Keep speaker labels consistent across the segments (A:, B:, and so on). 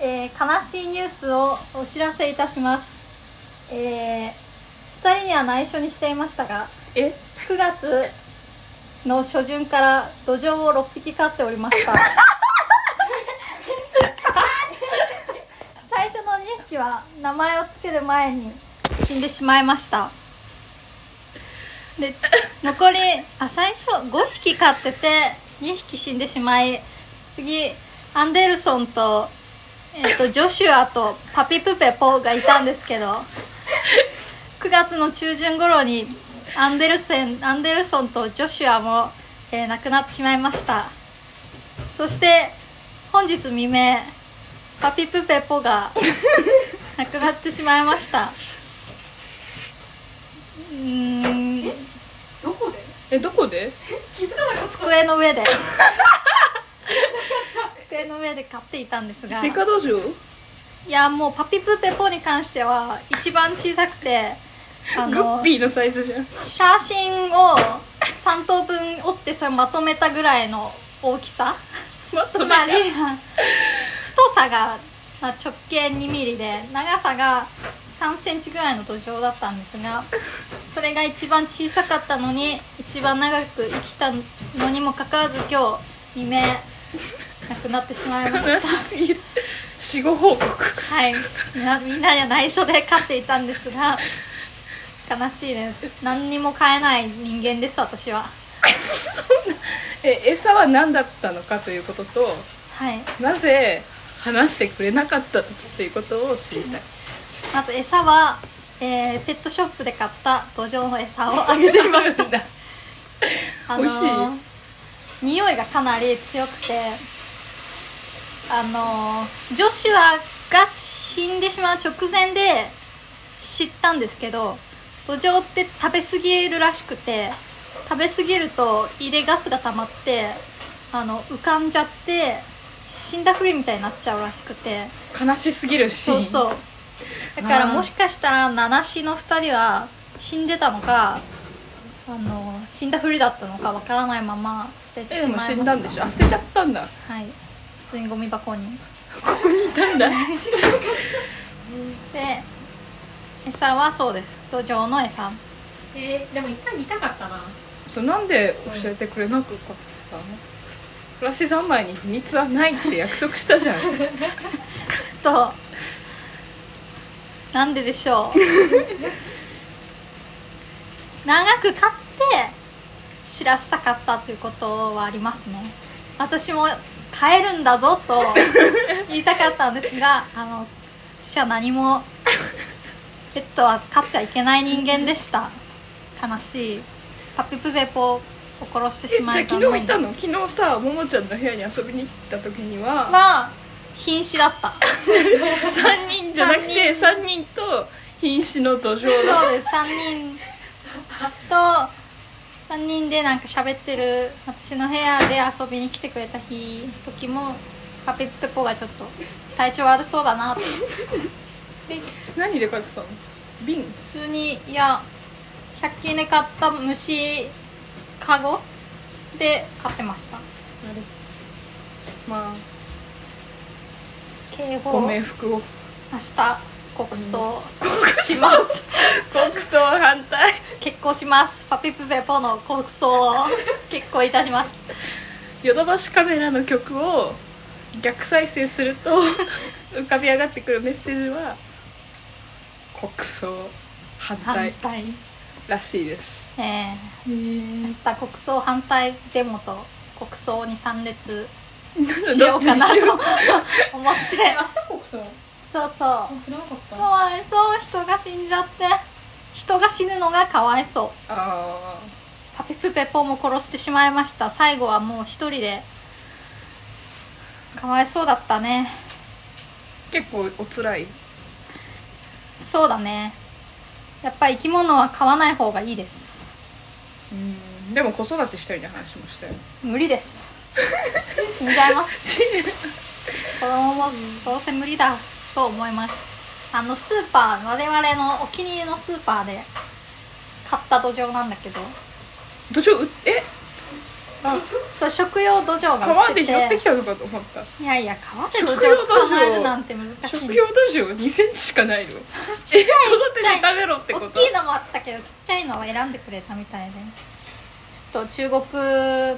A: えー悲しいニュースをお知らせいたします、え2人には内緒にしていましたが
B: え
A: 9月の初旬から土壌を6匹飼っておりました最初の2匹は名前を付ける前に死んでしまいましたで残りあ最初5匹飼ってて2匹死んでしまい次アンデルソンと,、えっとジョシュアとパピプペポがいたんですけど9月の中旬頃にアンデルセンアンデルソンとジョシュアも、えー亡くなってしまいましたそして本日未明パピプペポが亡くなってしまいましたうーん
C: どこで
B: えどこで
C: 気づかなかっ
A: 机の上で机の上で飼っていたんですが
B: デカ道場
A: いやもうパピプペポに関しては一番小さくてあ
B: グッ
A: の
B: ピーのサイズじゃん
A: 写真を3等分折ってそれまとめたぐらいの大きさ
B: ま
A: つ
B: とめ
A: ま
B: た
A: り太さが、まあ、直径2ミリで長さが3センチぐらいの土壌だったんですがそれが一番小さかったのに一番長く生きたのにもかかわらず今日未明亡くなってしまいまし
B: 悲
A: た
B: しすぎる死後報告
A: はい、みんなみんなには内緒で飼っていたんですが悲しいです何にも飼えない人間です私は
B: え餌は何だったのかということと
A: はい
B: なぜ話してくれなかったのかということを知りたい
A: まず餌は、えーペットショップで買った土壌の餌をあげていましたあの
B: 美味し
A: 匂いがかなり強くてあのジョシュアが死んでしまう直前で知ったんですけど土壌って食べ過ぎるらしくて食べ過ぎると胃でガスが溜まってあの浮かんじゃって死んだふりみたいになっちゃうらしくて
B: 悲しすぎるシー
A: そう
B: ン
A: そううだからもしかしたら七死の2人は死んでたのかあの死んだふりだったのかわからないまま捨てて
B: え
A: し
B: で
A: まい
B: も
A: ました
B: 死んだんでしょあ捨てちゃったんだ
A: はい普通にゴミ箱に
B: 誰だ
A: で餌はそうです土壌の餌
C: た えーでも一回見たかったな
B: そうなんで教えてくれなかったのプラシ三昧に秘密はないって約束したじゃん
A: となんででし ょう長く買って知らせたかったということはありますね私も買えるんだぞと言いたかったんです があの私は何もペットは飼ってはいけない人間でした悲しいパピプペポを殺して
B: えじ
A: し
B: ゃあ
A: まい
B: 昨日
A: 残
B: い
A: 念だ
B: たの昨日さももちゃんの部屋に遊びに行った時には
A: は瀕死だった
B: 3人じゃなくて3人 と瀕死の土壌だ
A: そうです3人と3人でなんか喋ってる私の部屋で遊びに来てくれた日時もパピペポがちょっと体調悪そうだなってで
B: 何で飼ってたの瓶
A: 普通にいや100均で買った虫カゴで飼ってました
B: まあ
A: 警報
B: ご
A: 明
B: 冥
A: 日
B: 福を
A: 国葬します
B: 国葬反対
A: 結婚しますパピプペポの国葬を結婚いたします
B: ヨドバシカメラの曲を逆再生する と浮かび上がってくるメッセージは国葬反
A: 反
B: 対
A: 対
B: らしいです、
A: えー明日国葬反対デモと国葬に参 列しようかなと 思って
C: え明日国葬
A: そうそう
C: 知らなかった
A: かわいそう人が死んじゃって人が死ぬのがかわいそう
B: あ
A: パピプペポも殺してしまいました最後はもう一人でかわいそうだったね
B: ー結構おつらい
A: そうだねやっぱ生き物は飼わない方がいいです
B: うんでも子育てしたいって話もしたよ
A: 無理です死んじゃいます子供もどうせ無理だと思いますあのスーパー我々のお気に入りのスーパーで買った土壌なんだけど
B: 土壌うえあ
A: そう食用土壌が売
B: 川
A: って
B: で
A: て
B: 拾ってきたのかと思った
A: いやいや川で土壌捕まえるなんて難しい
B: 食
A: ね
B: 用土壌2センチしかないの
A: ちっちゃいちっ
B: 育て
A: ちゃ
B: て
A: い
B: 食べろってこ
A: 大
B: と
A: きいのもあったけどちっちゃいのを選んでくれたみたいでちょっと中国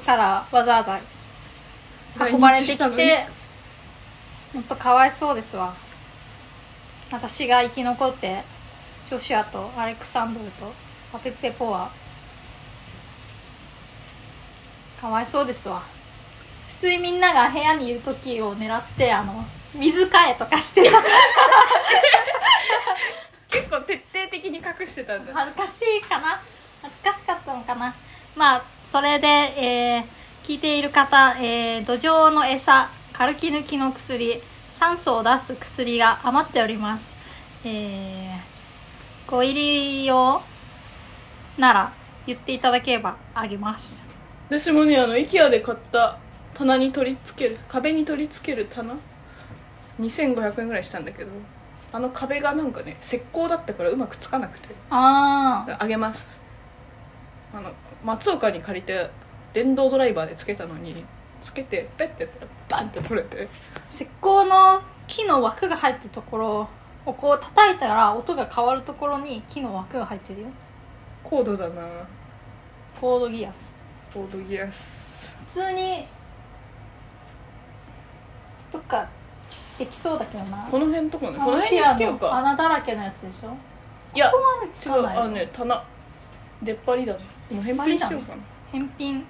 A: からわざわざ運ばれてき
B: 来日したのに
A: てほんとかわいそうですわ私が生き残ってジョシュアとアレクサンドルとパペペポはかわいそうですわ普通にみんなが部屋にいる時を狙ってあの水替えとかしてた
B: 結構徹底的に隠してたんだ
A: 恥ずかしいかな恥ずかしかったのかなまあそれで、えー聞いている方、えー、土壌の餌カルキ抜きの薬酸素を出す薬が余っておりますえー、ご入り用なら言っていただければあげます
B: 私もねあの IKEA で買った棚に取り付ける壁に取り付ける棚2500円ぐらいしたんだけどあの壁がなんかね石膏だったからうまくつかなくて
A: ああ
B: あげますあの松岡に借りて電動ドライバーでつけたのにつけてペッてやったらバンって取れて
A: 石膏の木の枠が入ってるところをこう叩いたら音が変わるところに木の枠が入ってるよ
B: 高度だな
A: コードギアス
B: 高度ギアス
A: 普通にどっかできそうだけどな
B: この辺とかね
A: あ
B: この辺に
A: ティア
B: つけようか
A: 穴だらけのやつでしょ
B: いや
A: ここまで
B: 違
A: 使
B: う
A: わない
B: あのね棚出っ張りだねもう返品しようかな
A: 返品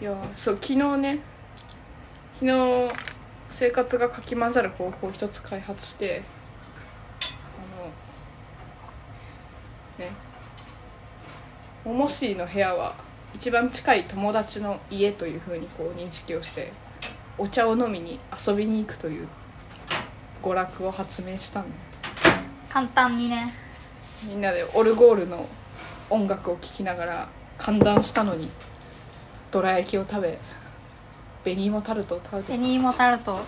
B: いやーそう昨日ね昨日生活がかき混ざる方法を一つ開発してあのねモモシーの部屋は一番近い友達の家というふうにこう認識をしてお茶を飲みに遊びに行くという娯楽を発明したの
A: 簡単にね
B: みんなでオルゴールの音楽を聴きながら寒暖したのにどら焼きを食べ紅芋タルトを食べ
A: 紅芋タルト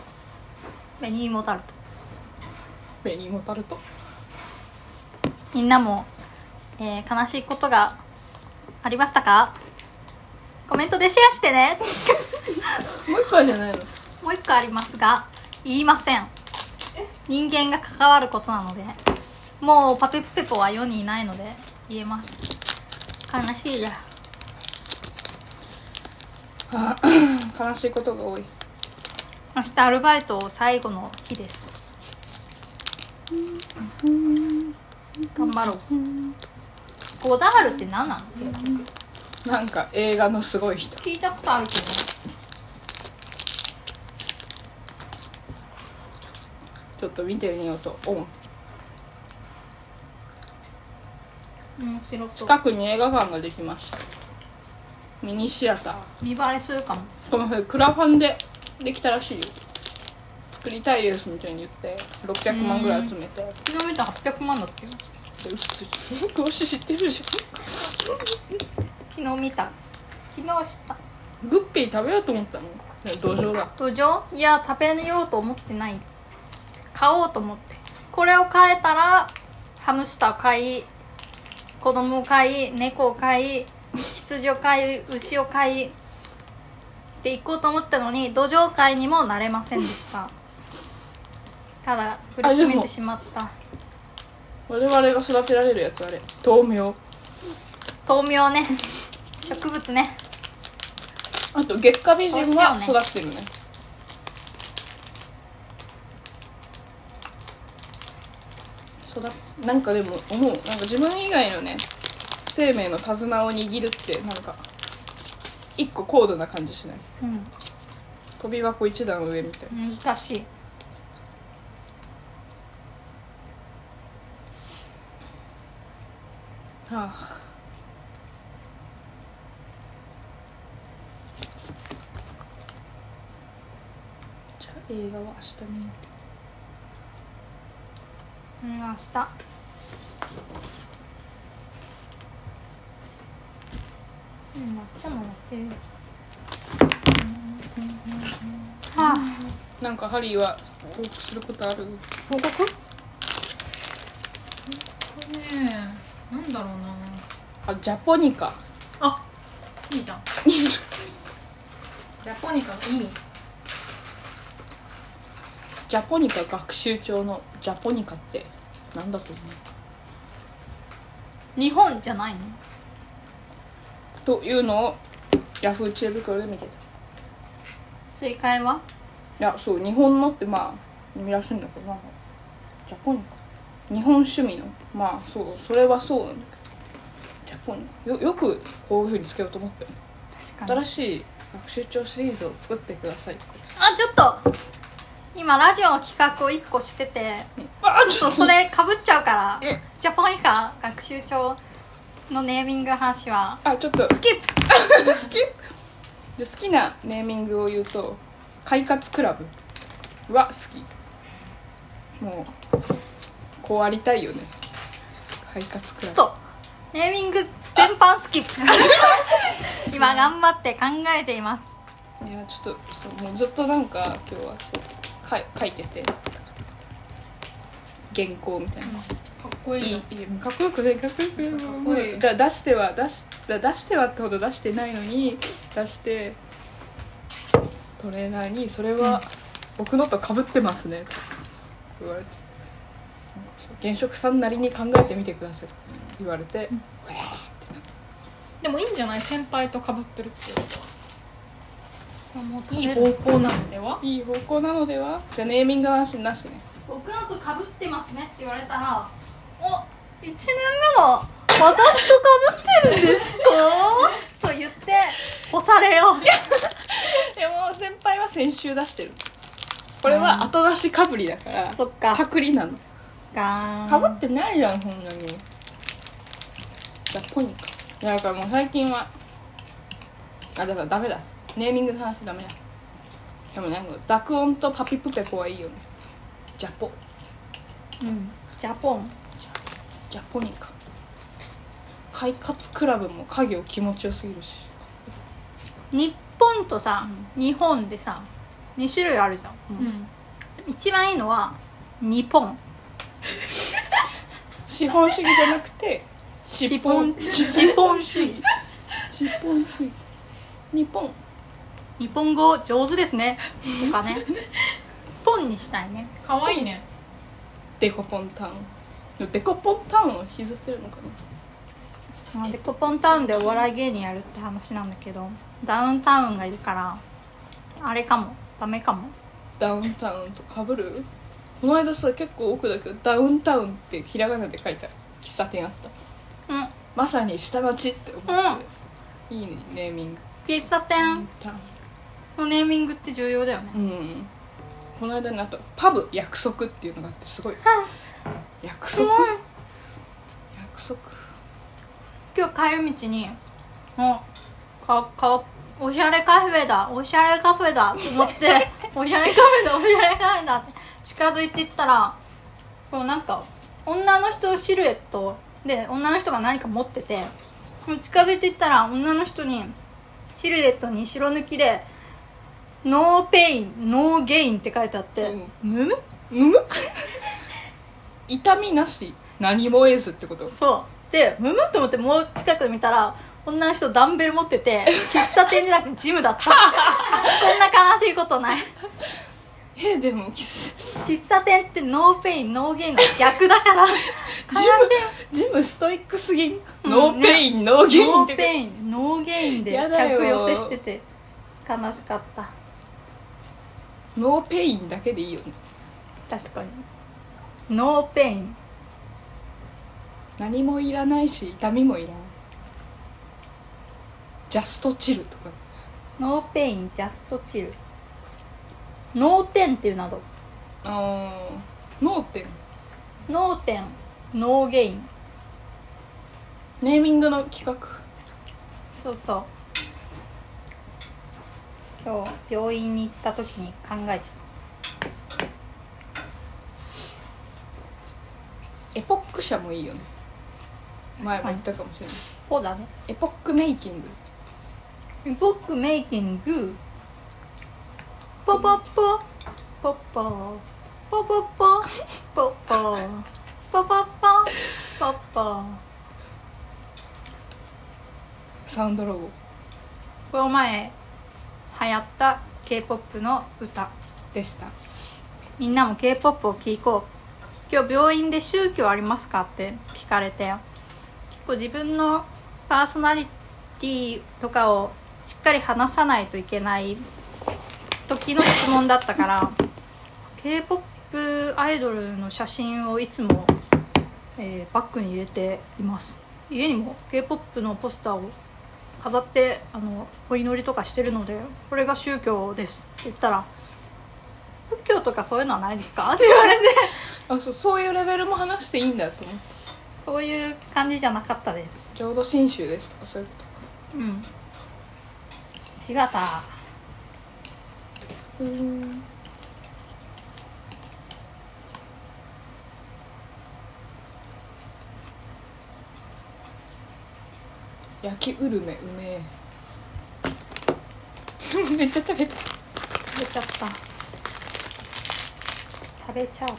A: 紅芋タルト
B: 紅芋タルト
A: みんなも、えー悲しいことがありましたかコメントでシェアしてね
B: もう一個じゃないの
A: もう一個ありますが言いません人間が関わることなのでもうパペプペポは世にいないので言えます悲しいや
B: あ悲しいことが多い
A: 明日アルバイト最後の日です頑張ろうゴダールって何なの
B: なんか映画のすごい人
A: 聞いたことあるけど
B: ちょっと見てみようと思う
A: 面白そう
B: 近くに映画館ができましたミニシアター
A: 見バレするかも
B: この前クラファンでできたらしいよ作りたいですみたいに言って600万ぐらい集めて
A: 昨日見た800万だっけ
B: 詳しい知ってるじゃ
A: 昨日見た昨日知った
B: んグッピー食べようと思ったの土壌だ
A: 土壌いや食べようと思ってない買おうと思ってこれを買えたらハムスターを買い子供を買い猫を買い羊を買い牛を買いって行こうと思ったのに土壌買いにもなれませんでしたただ苦しめてしまった
B: 我々が育てられるやつあれ豆苗
A: 豆苗ね植物ね
B: あと月下美人は
A: そうしようね
B: 育ってるね育っなんかでも思うなんか自分以外のね生命の手綱を握るってなんか一個高度な感じしない
A: うん
B: 飛び箱一段上みたいな
A: 難しい
B: はあじゃあ映画は明日見よ
A: うん明日うん明日もやってるよはあ
B: うなんかハリーは報告することある
A: 報告
C: これねなんだろうな
B: あジャポニカ
C: あいいじゃんジャポニカの意味
B: ジャポニカ学習帳のジャポニカってなんだと思う
A: 日本じゃないの
B: というのをヤフー知恵袋で見てたい
A: 正解は
B: やそう日本のってまあ意味らしいんだけどなんかジャポニカ日本趣味のまあそうそれはそうなんだけどジャポニカよよくこういうふうにつけようと思ったよね
A: 確かに
B: 新しい学習帳シリーズを作ってくださいとか
A: あちょっと今ラジオの企画を1個してて
B: あ
A: ちょっとそれかぶっちゃうからジャポニカ学習帳のネーミング話は
B: あちょっと
A: スキップ
B: で好きなネーミングを言うと「快活クラブ」は好きもうこうありたいよね快活ク
A: ち
B: ラ
A: ょっ
B: ブ
A: とネーミング全般スキッ プ今頑張って考えています
B: いやちょっとそうもうずっとなんか今日はそうかい書いてて原稿みたいな、
C: かっこいい
B: い
C: じ
B: い
C: ゃん
B: いいかっこよくないかっこよくない
C: かっこいい
B: だ出しては出しだ出してはってほど出してないのに出してトレーナーに「それは僕のとかぶってますね」って言われてなんかそう「現職さんなりに考えてみてください」って言われて「うえーってなって
C: でもいいんじゃない先輩とかぶってるっていうことはいい
A: いい
C: 方向なのではい
B: い方向なのでは?」じゃあネーミングの話なしね
A: 僕のとかぶってますねって言われたら「お1年目の私とかぶってるんです か?」と言って干されよう
B: でも先輩は先週出してるこれは後出しかぶりだから
A: そっか
B: パクリなの
A: か
B: かぶってないじゃんそんなにじゃあポニカいやだからもう最近はあだからダメだネーミングの話ダメだでもなんか濁音とパピプペポはいいよねジャポ
A: うんジャポン
B: ジャポニカ快活クラブも家業気持ちよすぎるし
A: 日本とさ、日本でさ2種類あるじゃん
C: うん
A: 一番いいのは日本
B: 資本主義じゃなくて資本
A: 日本主義
B: 資本主義日本
A: 日本語上手ですねとかねポンにしたいね
C: かわいいね
B: デコポンタウンでもデコポンタウンを引きずってるのかな
A: でコポンタウンでお笑い芸人やるって話なんだけどダウンタウンがいるからあれかもダメかも
B: ダウンタウンとかぶるこの間さ結構奥だけどダウンタウンってひらがなで書いた喫茶店あった
A: うん
B: まさに下町って思って、いいねネーミング
A: 喫茶
B: ダウン
A: 店
B: タウン
A: のネーミングって重要だよね
B: うんこの間ねあとパブ約束っていうのがあってすごい約束約束
A: 今日帰る道に「あかかおしゃれカフェだおしゃれカフェだ」と思って「おしゃれカフェだおしゃれカフェだ」って近づいていったらこうなんか女の人シルエットで女の人が何か持ってて近づいていったら女の人にシルエットに白抜きで「ノーペインノーゲイン」って書いてあって「むむ
B: む む痛みなし何も得ずってこと
A: そうでむむと思ってもう近くで見たら女の人ダンベル持ってて喫茶店じゃなくてジムだったそんな悲しいことない
B: えでもキス
A: 喫茶店ってノーペインノーゲインの逆だから
B: ムジムストイックすぎん、ノーペインノーゲイン
A: ノ
B: って
A: ーペインノーゲインで
B: やだよ
A: 客寄せしてて悲しかった
B: ノーペインだけでいいよね
A: 確かにノーペイン
B: 何もいらないし痛みもいらないジャストチルとか
A: ノーペインジャストチルノーテンっていうなど
B: あーノーテン
A: ノーテンノーゲイン
B: ネーミングの企画
A: そうそう今日病院に行った時に考えて
B: エポック社もいいよね前も言ったかもしれない、
A: たこうだね
B: エポックメイキング
A: ボックメイキングポポポポポポポポポポポポポポポ
B: サウンドロゴ
A: この前流行った k p o p の歌
B: でした
A: みんなも k p o p を聴こう今日病院で宗教ありますかって聞かれて結構自分のパーソナリティとかをしっかり話さないといけない時の質問だったから k p o p アイドルの写真をいつも、えーバッグに入れています家にも k p o p のポスターを飾ってあのお祈りとかしてるのでこれが宗教ですって言ったら仏教とかそういうのはないですかって言われて
B: あそうそういうレベルも話していいんだと思って
A: そういう感じじゃなかったです
B: 浄土真宗ですとかそういうこ
A: うん違った
B: とうん焼きうるめうめえ めっちゃ食べた
A: 食べちゃった食べちゃう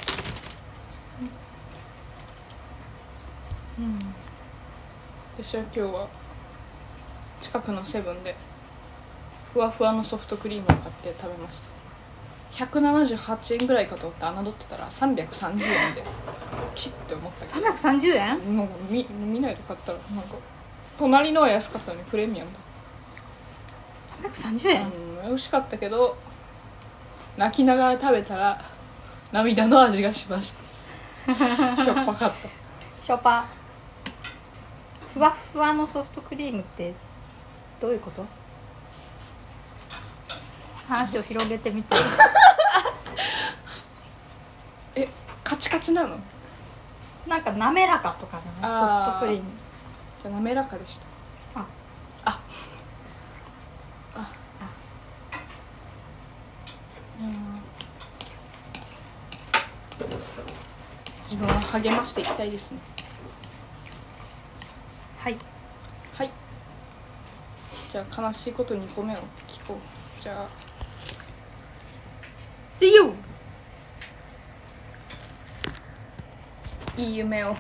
A: うん
B: 私は今日は近くのセブンでふわふわのソフトクリームを買って食べました178円ぐらいかと思って侮ってたら330円でチッて思ったけ
A: 330円
B: どなんか見見ないで買ったらなんか隣のは安かったのにプレミアム
A: 330
B: だ
A: 円、
B: うん美味しかったけど泣きながら食べたら涙の味がしましたしょっぱかった
A: ショパふわふわのソフトクリームってどういうこと話を広げてみて
B: えカチカチなの
A: なんか滑らかとかじゃないソ
B: あー
A: フトクリーム
B: じゃあ滑らかでした
A: あ
B: ああうん自分は励ましていきたいですね
A: はい
B: はいじゃあ悲しいこと2個目を聞こうじゃあ
A: See you!
B: いい夢を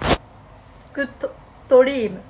A: グッドドリーム